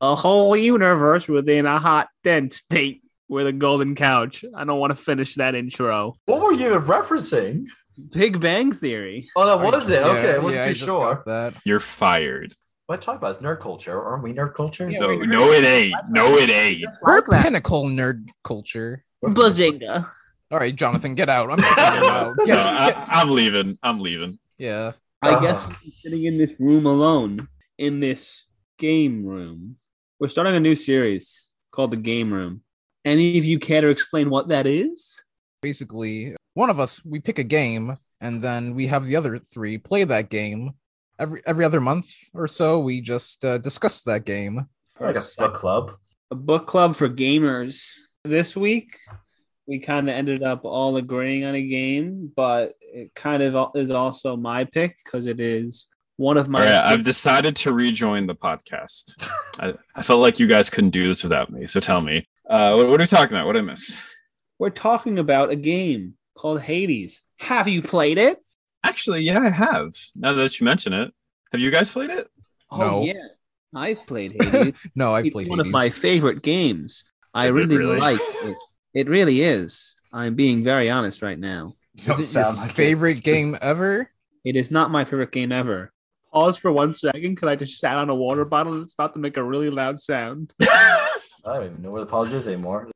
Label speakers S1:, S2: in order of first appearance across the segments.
S1: a whole universe within a hot, dead state with a golden couch. I don't want to finish that intro.
S2: What were you referencing?
S1: Big Bang Theory.
S2: Oh, that was it.
S3: Yeah,
S2: Okay, I wasn't
S3: yeah,
S2: too
S3: just got
S2: sure.
S3: That.
S4: You're fired.
S2: What I talk about is nerd culture. Aren't we nerd culture?
S1: Yeah,
S4: No,
S1: we're-
S4: no, it ain't. No, it ain't.
S3: We're
S1: Like that.
S3: pinnacle nerd culture.
S1: Bazinga.
S3: All right, Jonathan, get out. I'm kicking you out.
S4: No,
S3: Get, get-
S4: I, I'm leaving. I'm leaving.
S3: yeah.
S1: I guess
S2: Ugh.
S1: I'm sitting in this room alone, in this game room. We're starting a new series called The Game Room. Any of you care to explain what that is?
S3: Basically, one of us we pick a game, and then we have the other three play that game. Every every other month or so, we just uh, discuss that game.
S2: like a book club.
S1: a book club for gamers. This week, we kind of ended up all agreeing on a game, but it kind of is also my pick because it is one of my.
S4: All right, I've decided to rejoin the podcast. I, I felt like you guys couldn't do this without me. So tell me, uh, what, what are we talking about? What did I miss?
S1: We're talking about a game called Hades. Have you played it?
S4: Actually, yeah, I have. Now that you mention it, have you guys played it?
S1: Oh
S3: No.
S1: yeah, I've played Hades.
S3: No, I
S1: it's
S3: played
S1: one of
S3: Hades.
S1: my favorite games. I
S4: Is it
S1: really,
S4: really?
S1: liked it. It really is. I'm being very honest right now.
S2: You
S3: Is
S2: don't
S3: it your
S2: sound like it.
S3: favorite game ever?
S1: It is not my favorite game ever. Pause for one second because I just sat on a water bottle that's about to make a really loud sound.
S2: I don't even know where the pause is anymore.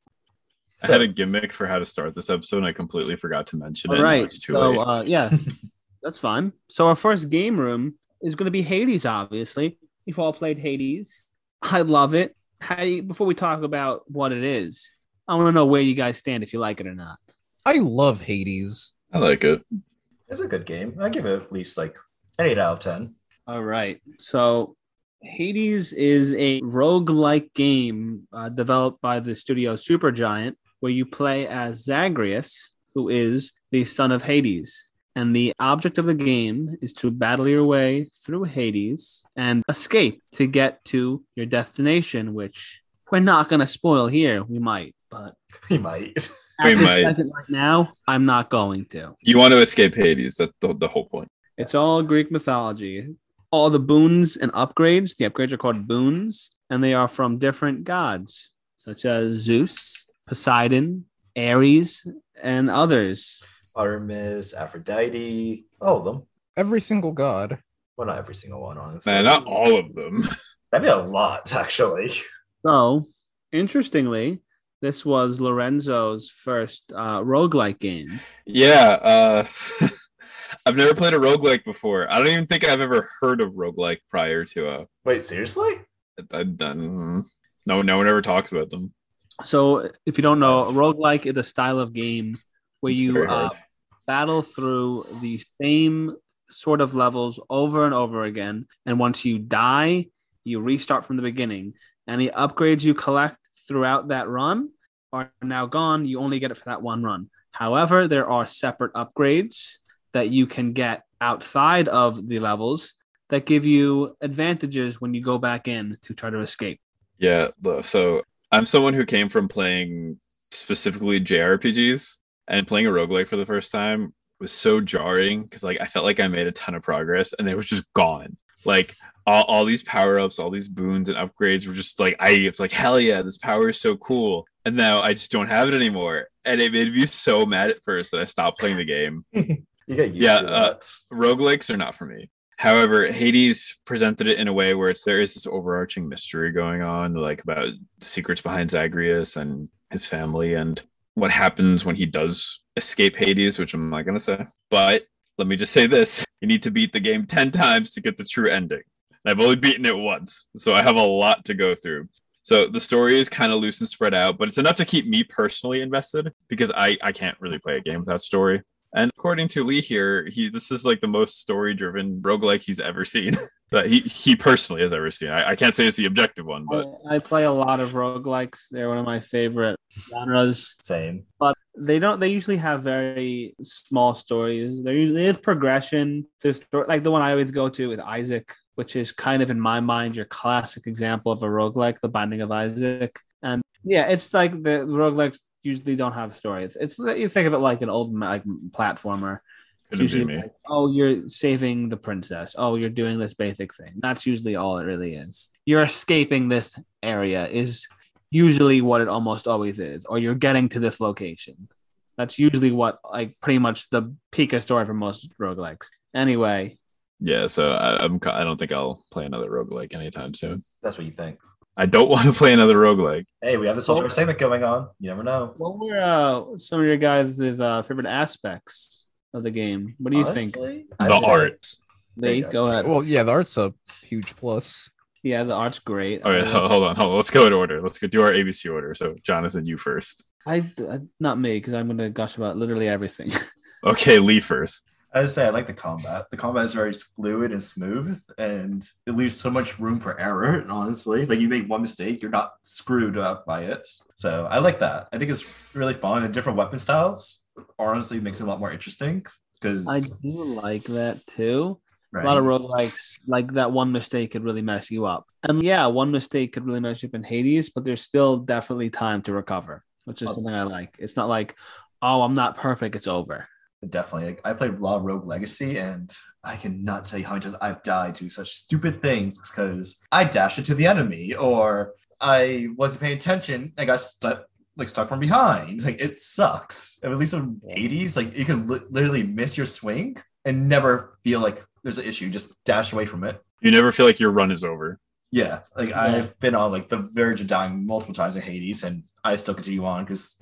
S4: I had a gimmick for how to start this episode, and I completely forgot to mention it.
S1: All
S4: Now
S1: right.
S4: It's too
S1: So,
S4: late.
S1: uh, yeah, that's fun. So, our first game room is going to be Hades, obviously. You've all played Hades. I love it. How do you, before we talk about what it is, I want to know where you guys stand if you like it or not.
S3: I love Hades.
S4: I like it.
S2: It's a good game. I give it at least like an eight out of ten.
S1: All right. So Hades is a roguelike game uh, developed by the studio Supergiant, where you play as Zagreus, who is the son of Hades. And the object of the game is to battle your way through Hades and escape to get to your destination, which we're not going to spoil here. We might, but
S2: He might.
S1: at
S4: We
S1: this
S4: might.
S1: second right now, I'm not going to.
S4: You want to escape Hades. That's the, the whole point.
S1: It's all Greek mythology. All the boons and upgrades, the upgrades are called boons, and they are from different gods, such as Zeus, Poseidon, Ares, and others.
S2: Artemis, Aphrodite, all of them.
S3: Every single god.
S2: Well, not every single one, honestly.
S4: Man, not all of them.
S2: That'd be a lot, actually.
S1: So, interestingly, this was Lorenzo's first uh, roguelike game.
S4: Yeah. Uh, I've never played a roguelike before. I don't even think I've ever heard of roguelike prior to uh,
S2: Wait, seriously?
S4: I've done. No, no one ever talks about them.
S1: So, if you don't know, a roguelike is a style of game where
S4: It's
S1: you
S4: very
S1: uh,
S4: hard.
S1: battle through the same sort of levels over and over again. And once you die, you restart from the beginning. Any upgrades you collect throughout that run are now gone. You only get it for that one run. However, there are separate upgrades that you can get outside of the levels that give you advantages when you go back in to try to escape.
S4: Yeah, lo- so I'm someone who came from playing specifically JRPGs and playing a roguelike for the first time was so jarring because like I felt like I made a ton of progress and it was just gone. Like all, all these power-ups, all these boons and upgrades were just like I it's like hell yeah, this power is so cool. And now I just don't have it anymore. And it made me so mad at first that I stopped playing the game
S2: You get used
S4: Yeah,
S2: to
S4: uh,
S2: that.
S4: roguelikes are not for me. However, Hades presented it in a way where it's there is this overarching mystery going on, like about the secrets behind Zagreus and his family and what happens when he does escape Hades, which I'm not gonna say. But let me just say this: you need to beat the game ten times to get the true ending. And I've only beaten it once, so I have a lot to go through. So the story is kind of loose and spread out, but it's enough to keep me personally invested because I, I can't really play a game without story. And according to Lee here, he this is like the most story-driven roguelike he's ever seen. that he he personally has ever seen. I, I can't say it's the objective one, but
S1: I, I play a lot of roguelikes. They're one of my favorite genres.
S2: Same.
S1: they don't they usually have very small stories there usually is progression to story like the one i always go to with isaac which is kind of in my mind your classic example of a roguelike the binding of isaac and yeah it's like the roguelikes usually don't have stories it's you think of it like an old like platformer
S4: Could have
S1: usually
S4: been me.
S1: like, oh, you're saving the princess. Oh, you're doing this basic thing. That's usually all it really is. You're escaping this area is usually what it almost always is, or you're getting to this location. That's usually what like pretty much the peak of story for most roguelikes. Anyway,
S4: Yeah, so I, I'm. co- I don't think I'll play another roguelike anytime soon.
S2: That's what you think.
S4: I don't want to play another roguelike.
S2: Hey, we have this whole other segment going on. You never know.
S1: what were uh, some of your guys' uh, favorite aspects of the game? What do you think?
S2: Honestly, I'd
S4: The
S2: say-
S4: art.
S1: Lee, go ahead.
S3: Well, yeah, the art's a huge plus.
S1: Yeah, the art's great.
S4: All right,
S1: I-
S4: ho- hold on, hold on. Let's go in order. Let's go do our ABC order. So, Jonathan, you first.
S1: I, I not me because I'm gonna gush about literally everything.
S4: Okay, Lee first.
S2: I would say I like the combat. The combat is very fluid and smooth, and it leaves so much room for error. And honestly, like you make one mistake, you're not screwed up by it. So I like that. I think it's really fun. And different weapon styles honestly makes it a lot more interesting because
S1: I do like that too. A lot of roguelikes, like that one mistake could really mess you up. And yeah, one mistake could really mess you up in Hades, but there's still definitely time to recover, which is
S2: Oh.
S1: something I like. It's not like, oh, I'm not perfect, it's over.
S2: definitely. Like, I played Law Rogue Legacy, and I cannot tell you how many times I've died to such stupid things because I dashed it to the enemy, or I wasn't paying attention. I got stuck, like stuck from behind. Like it sucks. And at least in eighties, like you can li- literally miss your swing and never feel like there's an issue. Just dash away from it.
S4: You never feel like your run is over.
S2: Yeah, like
S1: Yeah.
S2: I've been on like the verge of dying multiple times in Hades, and I still continue on because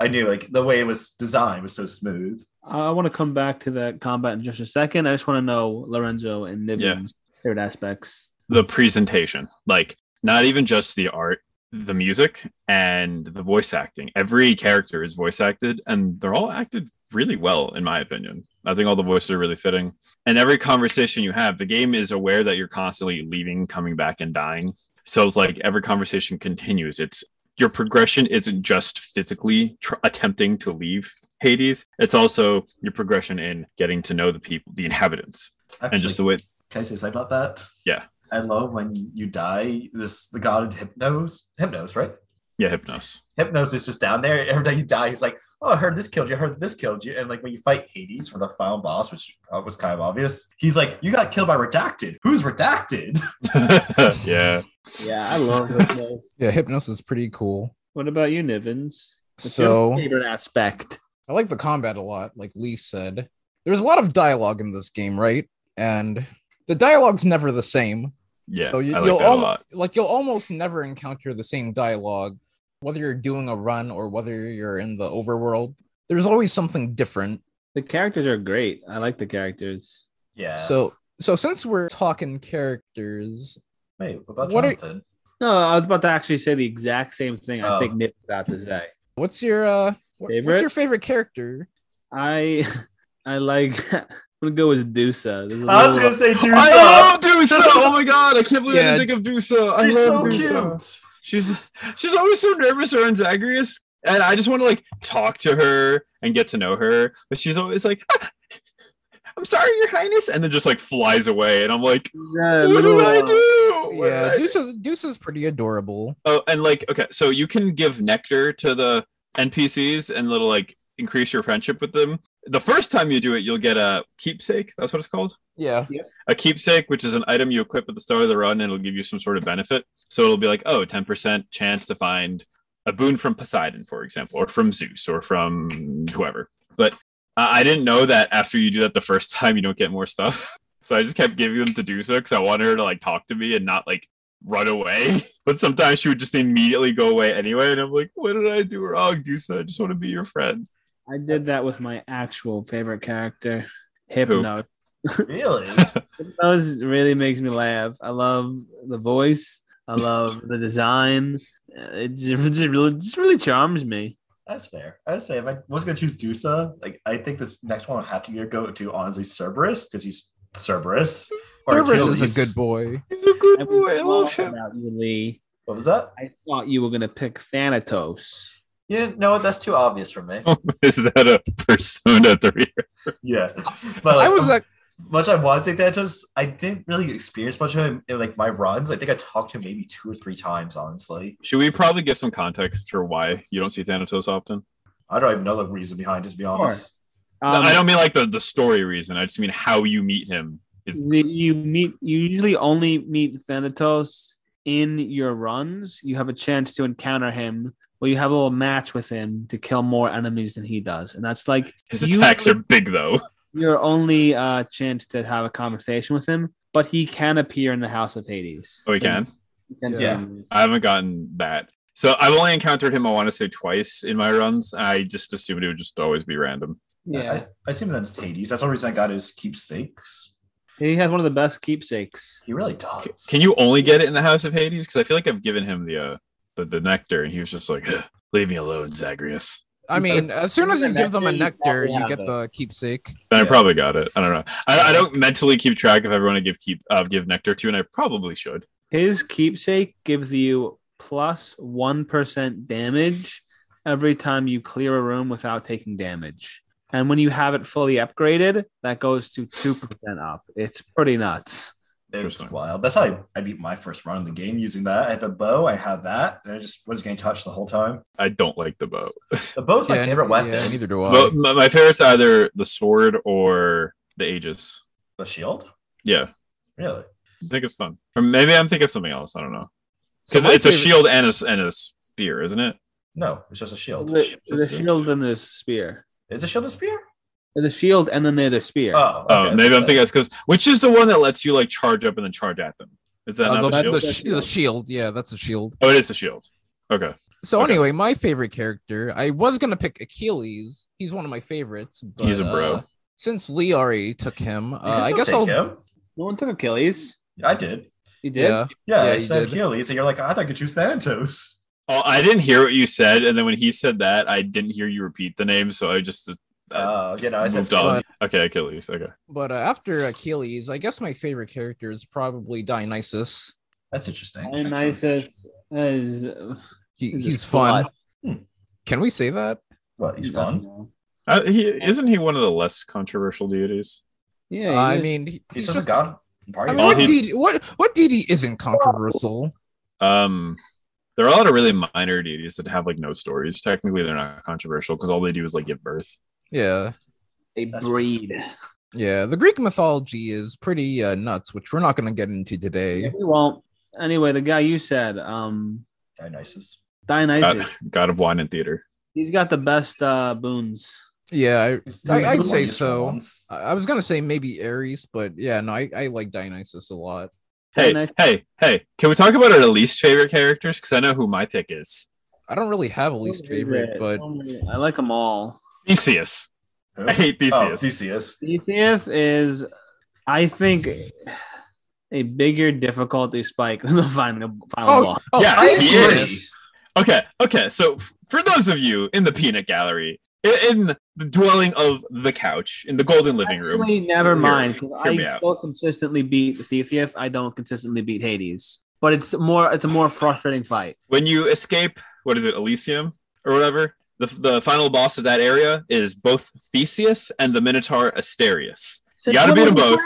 S2: I knew like the way it was designed was so smooth.
S1: I, I want to come back to that combat in just a second. I just want to know Lorenzo and Niven's favorite aspects.
S4: The presentation, like not even just the art, the music, and the voice acting. Every character is voice acted, and they're all acted really well, in my opinion. I think all the voices are really fitting. And every conversation you have, the game is aware that you're constantly leaving, coming back, and dying. So it's like every conversation continues. It's your progression isn't just physically tr- attempting to leave Hades, it's also your progression in getting to know the people, the inhabitants,
S2: Actually,
S4: and just the way
S2: Can I say something about that?
S4: Yeah.
S2: I love when you die. This the god Hypnos, Hypnos, right?
S4: Yeah, Hypnos.
S2: Hypnos is just down there. Every time you die, he's like, "Oh, I heard this killed you. I heard this killed you." And like when you fight Hades for the final boss, which uh, was kind of obvious, he's like, "You got killed by Redacted. Who's Redacted?"
S4: yeah.
S1: Yeah, I love those.
S3: Yeah, Hypnos is pretty cool.
S1: what about you, Nivens? What's your
S3: So
S1: favorite aspect.
S3: I like the combat a lot, like Lee said. There's a lot of dialogue in this game, right? And the dialogue's never the same.
S4: Yeah.
S3: So you,
S4: I like
S3: you'll
S4: that a
S3: almo-
S4: lot.
S3: like you'll almost never encounter the same dialogue, whether you're doing a run or whether you're in the overworld. There's always something different.
S1: The characters are great. I like the characters.
S2: Yeah.
S3: So so since we're talking characters,
S2: wait, what about
S3: what are-
S2: Jonathan?
S1: No, I was about to actually say the exact same thing I
S2: Oh.
S1: think Nick's about to say.
S3: what's your uh wh-
S1: Favorite?
S3: what's your favorite character?
S1: I I like I'm gonna go with Dusa. This is a
S2: I was
S1: little-
S2: gonna say Dusa.
S4: I love Dusa. Oh my god, I can't believe I
S3: Yeah.
S4: didn't think of Dusa. I
S2: She's so
S4: love Dusa.
S2: cute.
S4: She's she's always so nervous around Zagreus, and I just want to like talk to her and get to know her, but she's always like, "Ah, "I'm sorry, Your Highness," and then just like flies away, and I'm like,
S1: Yeah,
S4: "What
S1: little,
S4: did I
S1: uh,
S4: do?" What
S3: yeah,
S4: did I do?"
S3: Deuce is, Deuce is pretty adorable.
S4: Oh, and like, okay, so you can give nectar to the NPCs and little like increase your friendship with them. The first time you do it, you'll get a keepsake. That's what it's called.
S3: Yeah.
S4: a keepsake, which is an item you equip at the start of the run, and it'll give you some sort of benefit. So it'll be like, oh, 10% chance to find a boon from Poseidon, for example, or from Zeus, or from whoever. But I, I didn't know that after you do that the first time, you don't get more stuff. So I just kept giving them to do so because I wanted her to like talk to me and not like run away. But sometimes she would just immediately go away anyway, and I'm like, what did I do wrong, Dusa? I just want to be your friend.
S1: uh, I did that with my actual favorite character, Hypno.
S2: Really?
S1: Hypnos really makes me laugh. I love the voice. I love the design. Uh, It just, it just really, just really charms me.
S2: That's fair. I would say if I was gonna choose Dusa, like I think this next one will have to go to honestly Cerberus because he's Cerberus. Or
S3: Cerberus is
S2: Achilles.
S3: a good boy.
S4: He's a good
S1: And
S4: boy. I
S1: thought
S4: love him.
S1: about you, Lee.
S2: What was that?
S1: I thought you were gonna pick Thanatos.
S2: Yeah, no, that's too obvious for me.
S3: Oh.
S4: Is that a persona three?
S2: yeah, but um,
S3: I was
S2: like,
S3: like,
S2: much I wanted to take Thanatos, I didn't really experience much of him in like my runs. I think I talked to him maybe two or three times. Honestly,
S4: Should we probably give some context for why you don't see Thanatos often?
S2: I don't even know the reason behind it. To be honest,
S1: Um,
S4: I don't mean like the, the story reason. I just mean how you meet him. Is,
S1: the- you meet you usually only meet Thanatos in your runs. You have a chance to encounter him, or you have a little match with him to kill more enemies than he does, and that's like
S4: his
S1: you-
S4: attacks are big though.
S1: your only uh, chance to have a conversation with him. But he can appear in the House of Hades.
S4: Oh, he
S1: So
S4: can.
S1: you can
S2: Yeah.
S1: see him.
S4: I haven't gotten that. So I've only encountered him, I want to say twice in my runs. I just assumed it would just always be random.
S1: yeah.
S2: I, I assume that's Hades. That's the reason I got his keepsakes.
S1: He has one of the best keepsakes.
S2: He really does.
S4: Can you only get it in the House of Hades? Because I feel like I've given him the uh, the, the nectar, and he was just like, "Ugh, "Leave me alone, Zagreus."
S3: I mean, as soon as you give them a nectar, you
S1: Yeah,
S3: get
S1: but-
S3: the keepsake.
S4: Then I
S2: Yeah.
S4: probably got it. I don't know. I, I don't mentally keep track of everyone I give keep uh, give nectar to, and I probably should.
S1: His keepsake gives you plus one percent damage every time you clear a room without taking damage. And when you have it fully upgraded, that goes to two percent up. It's pretty nuts.
S2: It was
S4: Interesting.
S2: wild. That's how I, I beat my first run of the game using that. I had the bow, I had that, and I just was getting touched the whole time.
S4: I don't like the bow.
S2: The bow's my
S3: Yeah,
S2: favorite weapon.
S3: Yeah, neither do I.
S4: Well, my, my favorite's either the sword or the Aegis.
S2: The shield?
S4: Yeah,
S2: Really?
S4: I think it's fun. Or maybe I'm thinking of something else. I don't know
S3: So
S4: because
S3: my
S4: it's a
S3: favorite-
S4: shield and a s- and a spear, isn't it?
S2: No, it's just a shield.
S1: The, the shield and the spear.
S2: Is a shield a spear?
S1: The shield and then there's a spear.
S2: Oh, okay,
S4: Oh,
S2: that's
S4: maybe
S2: what
S4: I'm
S2: I
S4: thinking because which is the one that lets you like charge up and then charge at them? Is that
S3: Uh,
S4: not
S3: the,
S4: the,
S3: the
S4: shield?
S3: sh- the shield. Yeah, that's a shield.
S4: oh, it is the shield. Okay,
S3: So
S4: Okay.
S3: anyway, my favorite character. I was gonna pick Achilles. He's one of my favorites. But,
S4: He's a bro.
S3: uh, since Lee already took him, uh,
S2: said. You can
S3: I
S2: still
S3: guess
S2: take
S3: I'll.
S2: him.
S1: No one took Achilles.
S2: I did.
S1: He did.
S3: Yeah.
S2: Yeah,
S3: Yeah,
S2: I
S3: you
S2: said
S3: did.
S2: Achilles, and you're like, I thought I could choose Thanatos.
S4: Oh, I didn't hear what you said, and then when he said that, I didn't hear you repeat the name, so I just uh,
S2: Uh, you know, I said
S4: moved on.
S3: But-
S4: Okay, Achilles. Okay,
S3: But uh, after Achilles, I guess my favorite character is probably Dionysus.
S2: That's interesting. actually.
S1: Dionysus is, is
S3: He,
S1: a
S3: he's fun.
S1: slut.
S3: Can we say that?
S2: What? He's fun.
S4: uh, he isn't he one of the less controversial deities?
S1: Yeah. he
S3: I
S1: is.
S3: mean, he-
S2: He's,
S3: he's
S2: just a
S3: just.
S2: god.
S3: I
S2: Party
S3: mean,
S4: All
S3: what
S4: he-
S3: deity, what what deity isn't controversial?
S4: Um, there are a lot of really minor deities that have like no stories. Technically, they're not controversial because all they do is like give birth.
S3: Yeah.
S1: they
S2: That's-
S1: breed.
S3: Yeah, the Greek mythology is pretty uh, nuts, which we're not going to get into today.
S1: We won't. Anyway, the guy you said, um,
S2: Dionysus.
S1: Dionysus.
S4: God, God of wine and theater.
S1: He's got the best uh, boons.
S3: Yeah, I- I'd
S2: He's
S3: say
S2: useful
S3: so.
S2: ones.
S3: I, I was going to say maybe Ares, but yeah, no, I, I like Dionysus a lot.
S4: Hey,
S1: Dionysus-
S4: hey, hey! Can we talk about our least favorite characters? Because I know who my pick is.
S3: I don't really have a least
S1: Who is
S3: favorite,
S1: it? Oh,
S3: but
S1: I like them all.
S4: Theseus.
S2: Who?
S4: I hate
S2: Oh,
S4: Theseus.
S2: Theseus.
S1: Theseus is, I think, a bigger difficulty spike than the final, final
S3: Oh,
S1: boss.
S3: oh,
S4: Yeah,
S2: I
S4: he
S2: agree.
S3: Theseus.
S4: is. Okay, okay. So f- for those of you in the peanut gallery, i- in the dwelling of the couch, in the golden living room,
S1: Actually, never
S4: Hear-
S1: mind. 'cause
S4: hear
S1: I
S4: me out.
S1: still consistently beat Theseus. I don't consistently beat Hades, but it's more. It's a more frustrating fight.
S4: when you escape, what is it, Elysium or whatever? The, the final boss of that area is both Theseus and the Minotaur Asterius. You gotta beat 'em both.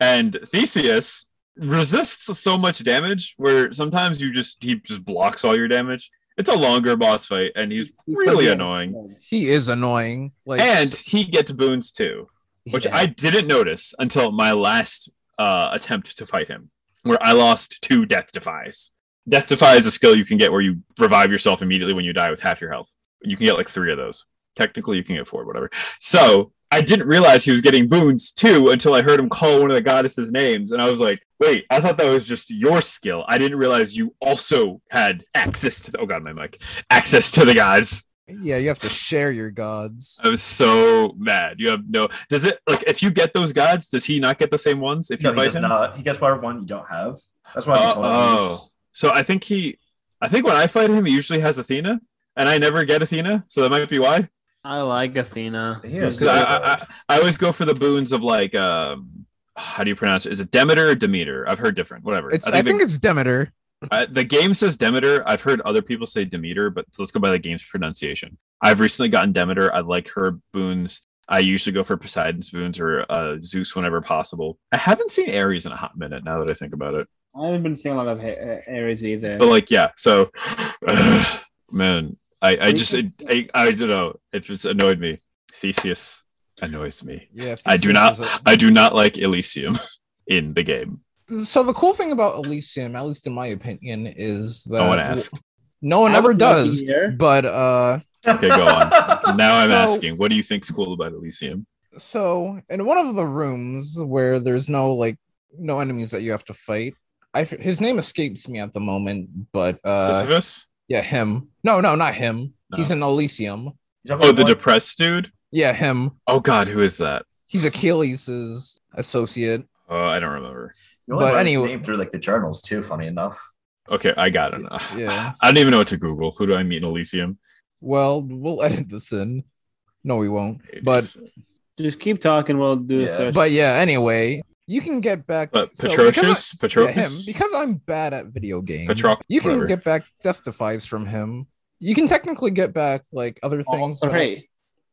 S4: And Theseus resists so much damage where sometimes you just he just blocks all your damage. It's a longer boss fight and he's really annoying.
S3: He is annoying. Like,
S4: And he gets boons too. which I didn't notice until my last uh, attempt to fight him, where I lost two Death Defies. Death Defy is a skill you can get where you revive yourself immediately when you die with half your health. You can get like three of those. Technically, you can get four, whatever. So I didn't realize he was getting boons too until I heard him call one of the goddesses' names, and I was like, "Wait, I thought that was just your skill. I didn't realize you also had access to. The- oh god, my mic, access to the gods."
S3: yeah, you have to share your gods.
S4: I was so mad. You have no. Does it like if you get those gods? Does he not get the same ones if
S2: No,
S4: you
S2: he
S4: fight
S2: does
S4: him?
S2: not. He gets whatever one you don't have. That's why I
S4: Uh,
S2: told
S4: oh, so I think he. I think when I fight him, he usually has Athena, and I never get Athena, so that might be why.
S1: I like Athena.
S2: He is
S4: Because I, I, I, I always go for the boons of like um, how do you pronounce it? Is it Demeter or Demeter? I've heard different. Whatever.
S3: It's, I, think
S4: the,
S3: it's Demeter.
S4: I- Uh, the game says Demeter. I've heard other people say Demeter, but let's go by the game's pronunciation. I've recently gotten Demeter. I like her boons. I usually go for Poseidon's boons or uh, Zeus whenever possible. I haven't seen Ares in a hot minute now that I think about it.
S1: I haven't been seeing a lot of Ha- Ares either.
S4: But like, yeah. So, man, I, I just I, I I don't know. It just annoyed me. Theseus. annoys me.
S3: Yeah,
S4: I do
S3: Theseus
S4: not-
S3: is a-
S4: I do not like Elysium in the game.
S3: so the cool thing about Elysium, at least in my opinion, is that
S4: No one asked.
S3: No one ever
S1: would love to
S3: does.
S1: hear.
S3: But uh,
S4: Okay, go on. Now I'm
S3: So-
S4: asking, what do you think's cool about Elysium?
S3: so in one of the rooms where there's no like no enemies that you have to fight, I f- his name escapes me at the moment, but uh,
S4: Sisyphus?
S3: yeah, him. No, no, not him.
S4: No.
S3: He's in Elysium.
S4: Oh, the depressed dude.
S3: Yeah, him.
S4: Oh God, who is that?
S3: He's Achilles's associate.
S4: Oh, I don't remember.
S3: but
S2: but
S3: anyway-
S2: anyway, name through like the journals too. Funny enough,
S4: Okay, I got it. now.
S3: Yeah.
S4: I don't even know what to Google. Who do I meet in Elysium?
S3: Well, we'll edit this in. No, we won't. But
S1: Just keep talking. We'll do the
S2: Yeah.
S1: search.
S3: but yeah. Anyway, you can get back.
S4: but
S3: so because I-
S4: Petrosius,
S3: Yeah, him.
S4: Petrocus,
S3: Because I'm bad at video games.
S4: Petroc-
S3: you can
S4: whatever.
S3: get back death defies from him. You can technically get back like other things,
S1: Also,
S3: but, I-
S1: Oh, hey,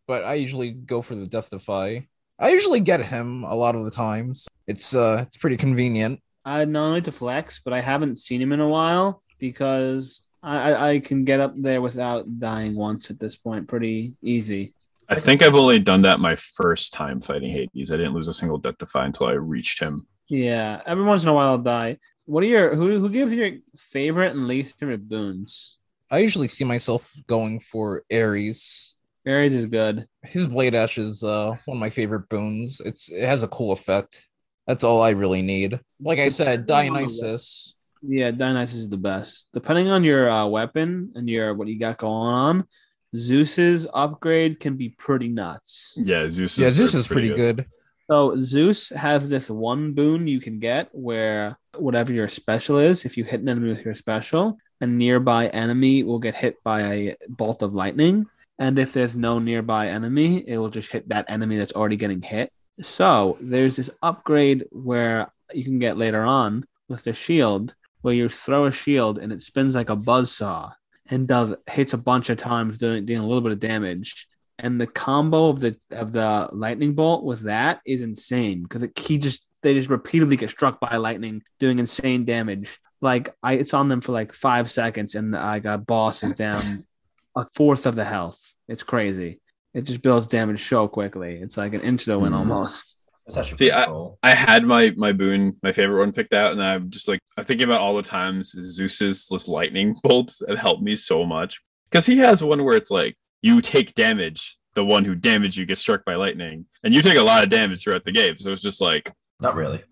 S3: but I usually go for the death defy. I usually get him a lot of the times. It's uh it's pretty convenient.
S1: I not only to flex, but I haven't seen him in a while because I, I, I can get up there without dying once at this point, pretty easy.
S4: I think I've only done that my first time fighting Hades. I didn't lose a single death defy until I reached him.
S1: Yeah, every once in a while I'll die. What are your who who gives your favorite and least favorite boons?
S3: I usually see myself going for Ares.
S1: Ares is good.
S3: His blade ash is uh one of my favorite boons. It's it has a cool effect. That's all I really need. Like I said, Dionysus.
S1: Yeah, Dionysus is the best. Depending on your uh, weapon and your what you got going on, Zeus's upgrade can be pretty nuts.
S4: Yeah, Zeus. Is
S3: Yeah, Zeus is pretty good.
S1: So Zeus has this one boon you can get where whatever your special is, if you hit an enemy with your special, a nearby enemy will get hit by a bolt of lightning. And if there's no nearby enemy, it will just hit that enemy that's already getting hit. So there's this upgrade where you can get later on with the shield where you throw a shield and it spins like a buzzsaw and does hits a bunch of times doing doing a little bit of damage and the combo of the of the lightning bolt with that is insane because he just they just repeatedly get struck by lightning doing insane damage like I, it's on them for like five seconds and i got boss is down a fourth of the health it's crazy it just builds damage so quickly it's like an inch to the win
S4: Mhm.
S2: Mm-hmm.
S1: almost
S2: that's actually
S4: See,
S2: pretty cool.
S4: I had my my boon, my favorite one picked out, and I'm just like I'm thinking about all the times Zeus's this lightning bolts that helped me so much because he has one where it's like you take damage, the one who damaged you gets struck by lightning, and you take a lot of damage throughout the game. So it's just like
S2: Not really.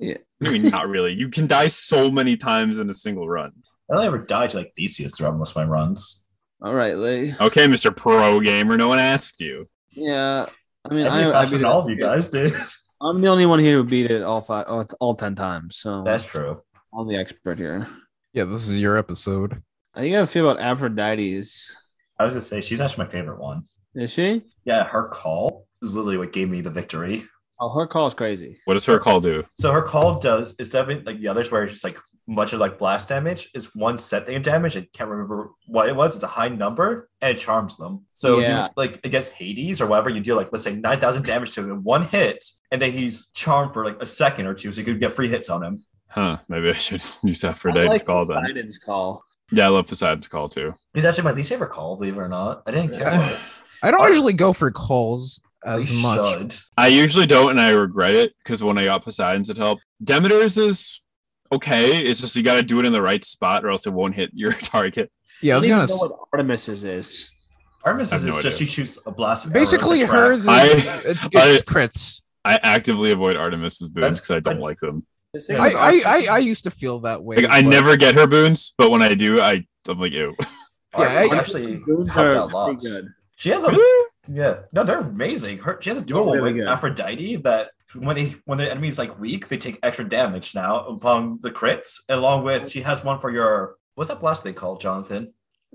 S4: I mean, not really. You can die so many times in a single run.
S2: I only ever died to like Theseus throughout most of my runs.
S1: all right lee
S4: Okay, Mister Pro Gamer, no one asked you.
S1: yeah i
S2: I
S1: mean
S2: mean,
S1: I, I beat it.
S2: all of you guys did.
S1: i'm the only one here who beat it all five all, all 10 times so
S2: That's true.
S1: i'm the expert here
S3: Yeah, this is your episode.
S1: how you gotta feel about aphrodite's
S2: I was gonna say she's actually my favorite one.
S1: is she
S2: Yeah, her call is literally what gave me the victory.
S1: oh her call is crazy
S4: What does her call do?
S2: So her call does is definitely like the others where it's just like much of like blast damage is one set thing of damage. I can't remember what it was. It's a high number and it charms them. So
S1: Yeah.
S2: you, like against Hades or whatever, you deal like let's say nine thousand damage to him in one hit, and then he's charmed for like a second or two, so you could get free hits on him.
S4: Huh? Maybe I should use Aphrodite's call then.
S1: Poseidon's call.
S4: Yeah, I love Poseidon's call too.
S2: He's actually my least favorite call, believe it or not. I didn't care.
S3: Yeah.
S2: for it.
S3: I don't
S2: Are-
S3: usually go for calls as
S2: You
S3: much.
S2: should.
S4: I usually don't, and I regret it because when I got Poseidon's, it helped. Demeter's is okay. It's just you got to do it in the right spot, or else it won't hit your target.
S3: Yeah, I was
S1: don't
S3: gonna.
S1: even
S3: s-
S1: know what Artemis's is.
S2: Artemis
S4: I have
S2: is
S4: no
S2: just she
S4: idea.
S2: shoots a blast. Of
S3: Basically,
S2: arrows that track.
S3: hers is
S4: I-
S3: it's, it's crits.
S4: I actively avoid Artemis's boons
S2: That's-
S4: because I don't like them.
S2: Yeah.
S3: I, I, I, I used to feel that way.
S4: Like, I
S3: but-
S4: never get her boons, but when I do, I I'm like ew.
S3: Yeah,
S2: Artemis
S3: I-
S2: actually
S1: Boons
S2: helped
S1: are
S2: out
S1: pretty
S2: lots.
S1: good.
S2: She has a Yeah, no, they're amazing. Her, she has a dual
S1: really
S2: with
S1: good.
S2: Aphrodite that when they when the enemy's like weak, they take extra damage now upon the crits. Along with she has one for your what's that blast they call Jonathan?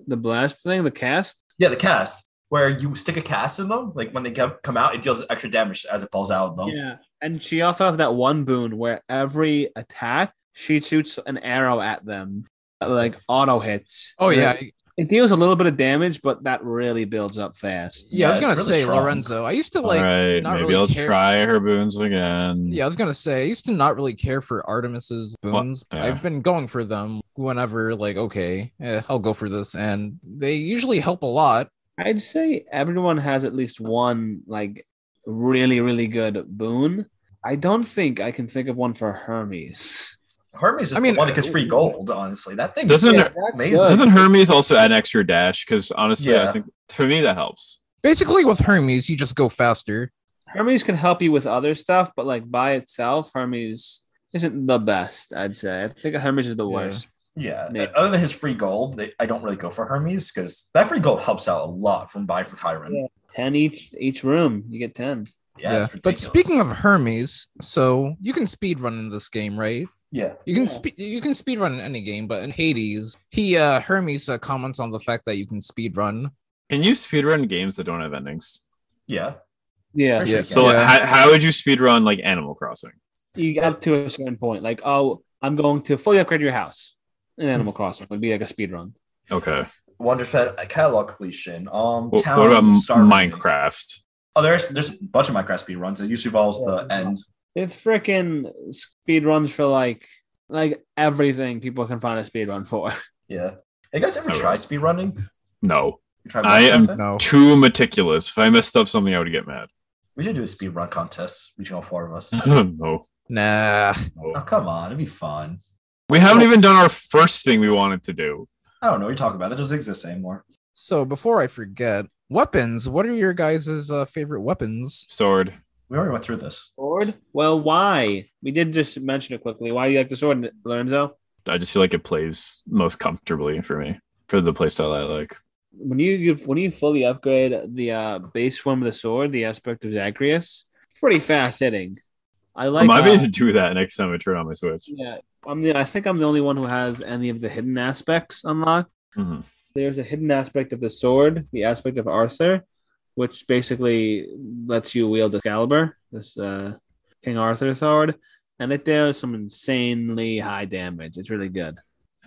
S1: The blast thing, the cast.
S2: Yeah, the cast where you stick a cast in them. Like when they come come out, it deals extra damage as it falls out of them.
S1: Yeah, and she also has that one boon where every attack she shoots an arrow at them, that, like auto hits.
S3: Oh yeah,
S1: It, it deals a little bit of damage, but that really builds up fast.
S3: yeah. I was
S2: it's
S3: gonna
S2: really
S3: say
S2: strong.
S3: Lorenzo. I used to like.
S4: All right,
S3: not
S4: maybe
S3: really
S4: I'll
S3: care-
S4: try her boons again.
S3: Yeah, I was gonna say I used to not really care for Artemis's boons.
S4: yeah.
S3: I've been going for them whenever, like, okay, eh, I'll go for this, and they usually help a lot.
S1: I'd say everyone has at least one like really, really good boon. I don't think I can think of one for Hermes.
S2: Hermes is
S3: I mean,
S2: the one that gets free gold. Honestly, that thing
S4: Doesn't
S1: Yeah,
S2: amazing.
S1: good.
S4: doesn't Hermes also add an extra dash? Because honestly, I
S2: Yeah.
S4: think for me that helps.
S3: Basically, with Hermes, you just go faster.
S1: Hermes could help you with other stuff, but like by itself, Hermes isn't the best. I'd say. I think Hermes is the
S3: Yeah.
S1: worst.
S2: Yeah.
S1: Maybe.
S2: Other than his free gold, they, I don't really go for Hermes because that free gold helps out a lot from buying for Chiron.
S1: Yeah.
S2: Yeah.
S1: Ten each each room. You get ten.
S3: Yeah.
S2: it's
S3: But
S2: ridiculous.
S3: speaking of Hermes, so you can speed run in this game, right?
S2: yeah,
S3: You can
S1: Yeah.
S3: speed you can speed run in any game, but in Hades, he uh Hermes uh, comments on the fact that you can speed run.
S4: Can you speedrun games that don't have endings?
S2: yeah,
S1: Yeah,
S2: Yeah.
S4: So like,
S3: Yeah.
S4: how, how would you speedrun like Animal Crossing?
S1: you got to a certain point. Like, oh, I'm going to fully upgrade your house. In Animal Crossing would be like a speed run.
S4: Okay.
S2: Wonder Pet uh, catalog completion. Um,
S4: What,
S2: town
S4: what about M-
S2: star rating.
S4: Minecraft?
S2: Oh, there's there's a bunch of Minecraft speed runs. It usually involves the
S1: Yeah.
S2: end.
S1: It's freaking speed runs for like like everything people can find a speed run for.
S2: Yeah. Have you guys ever
S4: Oh,
S2: tried
S4: right.
S2: speed running?
S4: No,
S2: You tried
S4: I
S2: Minecraft
S4: am-
S2: then?
S3: No.
S4: too meticulous. If I messed up something, I would get mad.
S2: We should do a speed run contest between all four of us.
S4: no,
S3: Nah.
S4: no.
S2: oh come on, it'd be fun.
S4: We haven't even done our first thing we wanted to do.
S2: I don't know what you're talking about. That doesn't exist anymore.
S3: So before I forget, weapons. What are your guys' uh, favorite weapons?
S4: Sword.
S2: We already went through this.
S1: Sword? Well, why? We did just mention it quickly. Why do you like the sword, Lorenzo?
S4: I just feel like it plays most comfortably for me for the playstyle I like.
S1: When you give, when you fully upgrade the uh, base form of the sword, the aspect of Zagreus, pretty fast hitting. I like.
S4: I might be
S1: uh,
S4: able to do that next time I turn on my Switch.
S1: yeah, I'm the. I think I'm the only one who has any of the hidden aspects unlocked.
S4: Mhm.
S1: there's a hidden aspect of the sword, the aspect of Arthur, which basically lets you wield Excalibur, this uh, King Arthur sword, and it does some insanely high damage. It's really good.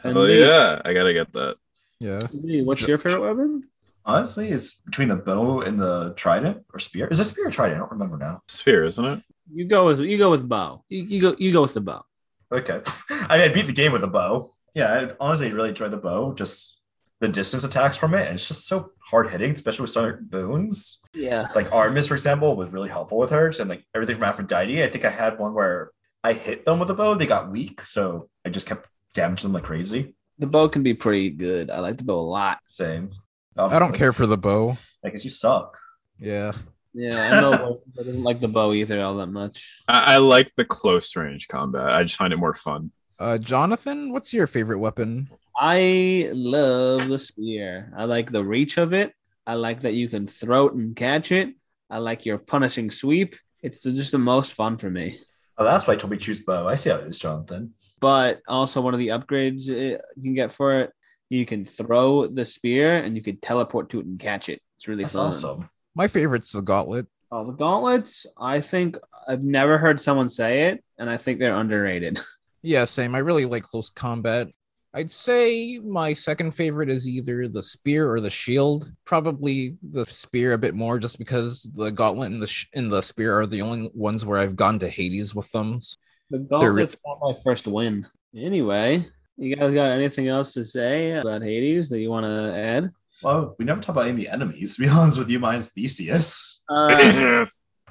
S1: And
S4: Oh
S1: Lee-
S4: yeah, I gotta get that.
S3: Yeah.
S1: Lee, what's your favorite weapon?
S2: Honestly, it's between the bow and the trident or spear. Is it spear or trident? I don't remember now.
S4: Sphere, isn't it?
S1: You go with you go with bow. You, you go you go with the bow.
S2: Okay. I mean, I beat the game with a bow. Yeah, I honestly really enjoy the bow. Just the distance attacks from it. And it's just so hard hitting, especially with certain boons.
S1: Yeah.
S2: Like Artemis, for example, was really helpful with hers. And like everything from Aphrodite, I think I had one where I hit them with a bow. They got weak. So I just kept damaging them like crazy.
S1: The bow can be pretty good. I like the bow a lot.
S2: Same.
S3: I don't care for the bow.
S2: I guess you suck.
S3: Yeah.
S1: Yeah, I know I didn't like the bow either all that much.
S4: I, I like the close range combat. I just find it more fun.
S3: Uh, Jonathan, what's your favorite weapon?
S1: I love the spear. I like the reach of it. I like that you can throw it and catch it. I like your punishing sweep. It's the- just the most fun for me.
S2: Oh, that's why I told me choose bow. I see how it is, Jonathan.
S1: But also, one of the upgrades uh, you can get for it, you can throw the spear and you can teleport to it and catch it. It's really
S2: That's
S1: fun.
S2: awesome.
S3: My favorite's the gauntlet.
S1: Oh, the gauntlets, I think I've never heard someone say it, and I think they're underrated.
S3: Yeah, same. I really like close combat. I'd say my second favorite is either the spear or the shield. Probably the spear a bit more, just because the gauntlet and the sh- and the spear are the only ones where I've gone to Hades with them.
S1: The
S3: They're re-
S1: gauntlets got my first win. Anyway, you guys got anything else to say about Hades that you want to add?
S2: Well, we never talk about any of the enemies, to be honest with you, mine's Theseus.
S1: Uh,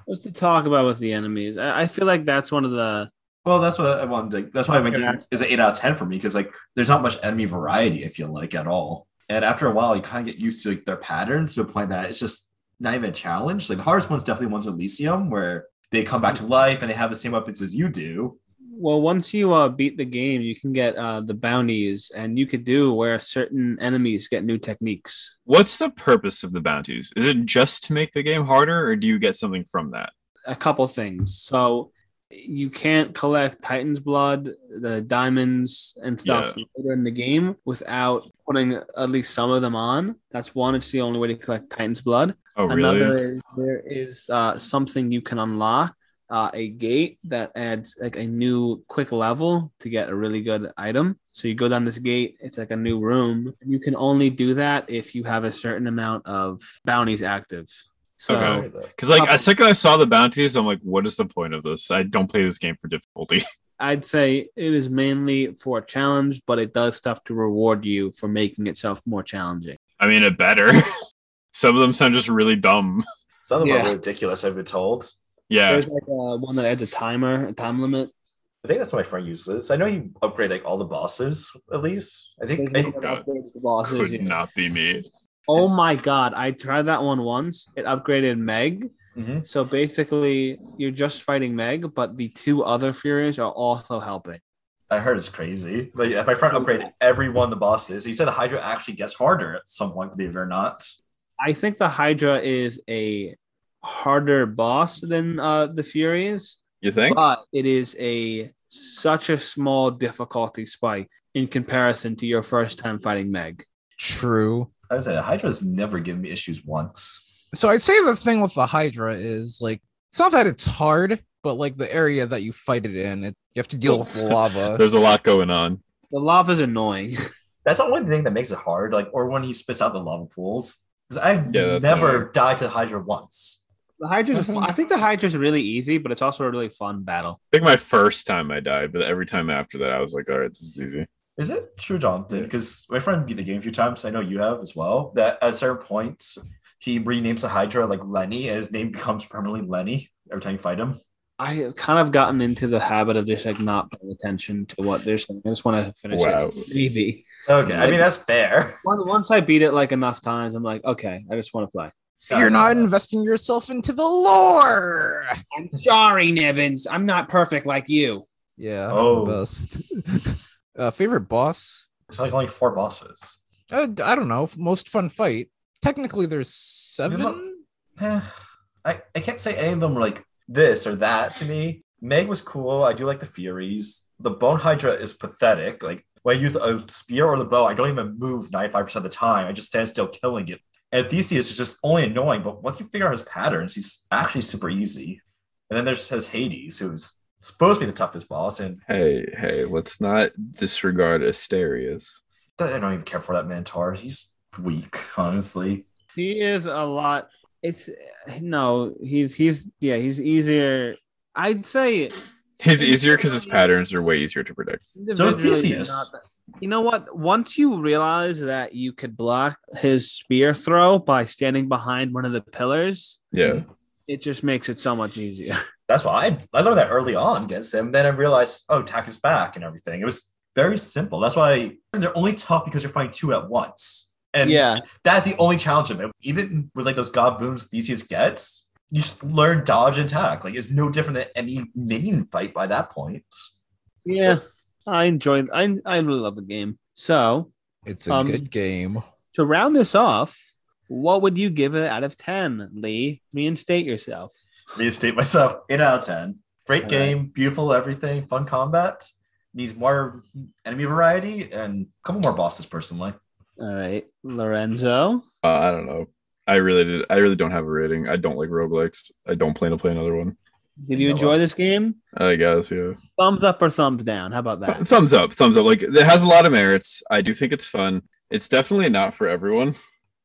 S1: what's to talk about with the enemies? I, I feel like that's one of the
S2: Well, that's what I wanted. To, that's why I went
S1: Yeah.
S2: is an eight out of ten for me because like there's not much enemy variety I feel like at all. And after a while, you kind of get used to like, their patterns to a point that it's just not even a challenge. Like the hardest one's definitely one's Elysium where they come back to life and they have the same weapons as you do.
S1: well. Once you uh, beat the game, you can get uh, the bounties, and you could do where certain enemies get new techniques.
S4: What's the purpose of the bounties? Is it just to make the game harder, or do you get something from that?
S1: A couple things. So you can't collect Titan's blood, the diamonds, and stuff later in the game without putting at least some of them on. That's one. It's the only way to collect Titan's blood.
S4: Oh, really?
S1: Another is there is uh, something you can unlock, uh, a gate that adds like a new quick level to get a really good item. So you go down this gate, it's like a new room. You can only do that if you have a certain amount of bounties active. So
S4: Okay. Because
S1: Um,
S4: like as second I saw the bounties, I'm like, what is the point of this? I don't play this game for difficulty.
S1: I'd say it is mainly for a challenge, but it does stuff to reward you for making itself more challenging.
S4: I mean, it better. Some of them sound just really dumb.
S2: Some of them
S1: Yeah.
S2: are ridiculous. I've been told.
S4: Yeah,
S1: There's like uh, one that adds a timer, a time limit.
S2: I think that's why my friend uses. I know you upgrade like all the bosses at least. I
S1: There's
S2: think
S1: one
S2: I,
S1: that
S4: God.
S1: upgrades the bosses.
S4: could
S1: yeah.
S4: not be me.
S1: Oh my god, I tried that one once. It upgraded Meg.
S2: Mhm.
S1: So basically, you're just fighting Meg, but the two other Furies are also helping.
S2: I heard it's crazy. Like if my friend upgraded every one of the bosses, he said the Hydra actually gets harder at some point, believe it or not.
S1: I think the Hydra is a harder boss than uh, the Furies,
S4: You think?
S1: but it is a such a small difficulty spike in comparison to your first time fighting Meg.
S3: True.
S2: I would say the Hydra's never given me issues once.
S3: So I'd say the thing with the Hydra is like it's not that it's hard, but like the area that you fight it in, it, you have to deal with the lava.
S4: There's a lot going on.
S1: The lava's annoying.
S2: That's the only thing that makes it hard. Like or when he spits out the lava pools, because I've
S4: Yeah, that's
S2: never
S4: annoying.
S2: died to the Hydra once.
S1: The Hydra's a fun, I think the Hydra's really easy, but it's also a really fun battle.
S4: I think my first time I died, but every time after that, I was like, all right, this is easy.
S2: Is it true, Jonathan? Because my friend beat the game a few times. I know you have as well. That at certain points, he renames the Hydra like Lenny, and his name becomes permanently Lenny every time you fight him.
S1: I have kind of gotten into the habit of just like not paying attention to what they're saying. I just want to finish
S4: Wow.
S1: it. Maybe
S2: Okay, I mean that's fair.
S1: once, once I beat it like enough times, I'm like, okay, I just want to play.
S3: You're not investing yourself into the lore.
S1: I'm sorry, Nevins. I'm not perfect like you.
S3: Yeah,
S2: Oh.
S3: oh. the best. uh, favorite boss?
S2: It's like only four bosses.
S3: Uh, I don't know. Most fun fight. Technically, there's seven.
S2: Eh, I I can't say any of them were like this or that to me. Meg was cool. I do like the Furies. The Bone Hydra is pathetic. Like when I use a spear or the bow, I don't even move 95% of the time. I just stand still killing it. And Theseus is just only annoying, but once you figure out his patterns, he's actually super easy. And then there's his Hades, who's supposed to be the toughest boss, and
S4: Hey, hey, let's not disregard Asterius.
S2: I don't even care for that Minotaur. He's weak, honestly.
S1: He is a lot. It's no, he's he's yeah, he's easier. I'd say
S4: He's easier because his patterns are way easier to predict.
S1: individually they're
S2: Theseus.
S1: not that- You know what? Once you realize that you could block his spear throw by standing behind one of the pillars,
S4: Yeah.
S1: it just makes it so much easier.
S2: that's why I, I learned that early on against him. Then I realized, oh, attack is back and everything. It was very simple. That's why they're only tough because you're fighting two at once. And
S1: yeah,
S2: that's the only challenge of it. Even with like those god booms Theseus gets, you just learn dodge and attack. Like it's no different than any minion fight by that point.
S1: yeah. I enjoy. I I really love the game. So
S3: It's a
S1: Um,
S3: good game.
S1: to round this off, what would you give it out of ten, Lee? Reinstate yourself.
S2: Reinstate myself. Eight out of ten. Great
S1: All
S2: game, beautiful everything, fun combat. Needs more enemy variety and a couple more bosses personally.
S1: All right, Lorenzo.
S4: Uh, I don't know. I really did. I really don't have a rating. I don't like roguelikes. I don't plan to play another one.
S1: Did you
S2: No,
S1: enjoy
S2: uh,
S1: this game?
S4: I guess, yeah.
S1: Thumbs up or thumbs down? How about that?
S4: Uh, Thumbs up, thumbs up. Like it has a lot of merits. I do think it's fun. It's definitely not for everyone.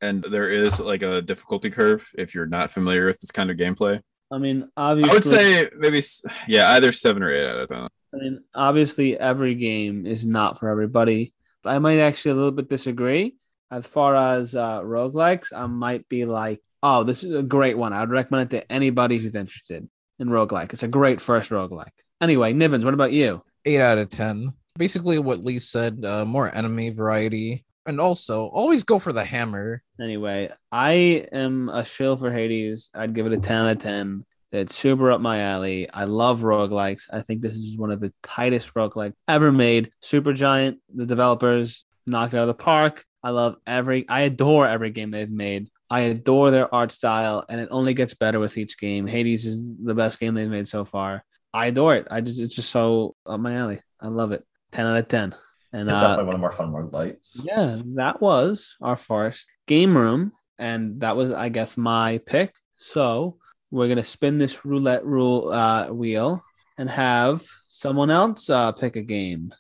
S4: And there is like a difficulty curve if you're not familiar with this kind of gameplay.
S1: I mean,
S4: I
S1: obviously,
S4: would say maybe s- yeah, either seven or eight out of ten.
S1: I mean, obviously, every game is not for everybody, but I might actually a little bit disagree. As far as uh, roguelikes, I might be like, oh, this is a great one. I would recommend it to anybody who's interested in roguelike. It's a great first roguelike. Anyway, Nivens, what about you?
S3: Eight out of ten. Basically, what Lee said. Uh, more enemy variety, and also always go for the hammer.
S1: Anyway, I am a shill for Hades. I'd give it a 10 out of 10. It's super up my alley. I love roguelikes. I think this is one of the tightest roguelikes ever made. Super Giant, the developers, knocked it out of the park. I love every, I adore every game they've made. I adore their art style, and it only gets better with each game. Hades is the best game they've made so far. I adore it. I just, it's just so up my alley. I love it. 10 out of 10. And
S2: It's
S1: uh,
S2: definitely one of the more fun world lights.
S1: yeah, that was our first game room. And that was, I guess, my pick. So we're going to spin this roulette rule uh, wheel and have someone else uh, pick a game.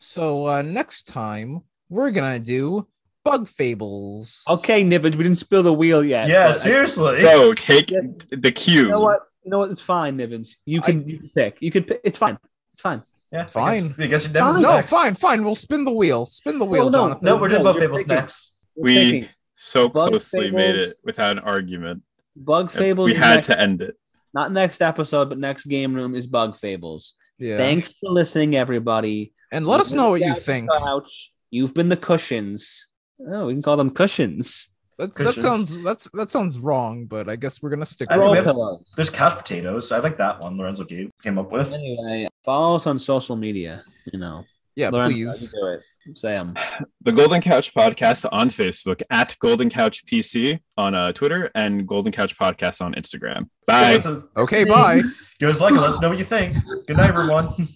S3: So uh, next time we're gonna do bug fables.
S1: Okay, Nivens, we didn't spill the wheel yet.
S2: Yeah,
S1: but I-
S2: seriously.
S4: Bro, take
S1: Yes.
S4: the cue.
S1: you know what? You know what? It's fine, Nivens. You can, you can pick. You can pick. It's fine. It's fine.
S2: Yeah, I
S3: Fine.
S2: guess, I guess your Devil's
S1: Fine.
S3: No,
S2: next.
S3: fine, fine. We'll spin the wheel. Spin the wheel,
S1: no,
S3: Jonathan.
S2: No, we're doing
S1: No,
S2: both
S1: you're
S2: Fables
S1: picking.
S2: next.
S1: We're
S4: We-
S1: picking.
S4: So
S1: Bug
S4: closely made it
S1: Fables.
S4: without an argument.
S1: Bug Fables.
S4: we had
S1: next-
S4: to end it.
S1: not next episode, but next game room is Bug Fables.
S3: Yeah.
S1: Thanks for listening, everybody.
S3: and let us know what you
S1: Yeah, uh,
S3: think.
S1: Ouch. You've been the cushions. Oh, we can call them cushions.
S3: That, that
S2: Christians.
S3: sounds that's that sounds wrong, but I guess we're gonna stick
S2: I
S3: with
S2: think
S1: Roll
S2: we
S3: it.
S2: have-
S1: pillows.
S2: There's couch potatoes. I like that one Lorenzo gave, came up with.
S1: Anyway, follow us on social media. You know,
S3: Yeah,
S1: Lorenzo,
S3: please.
S1: you do it. Sam.
S4: The Golden Couch Podcast on Facebook at Golden Couch PC on uh, Twitter and Golden Couch Podcast on Instagram. Bye.
S2: Give us a-
S3: Okay, bye.
S2: give us a like and let us know what you think. Good night, everyone.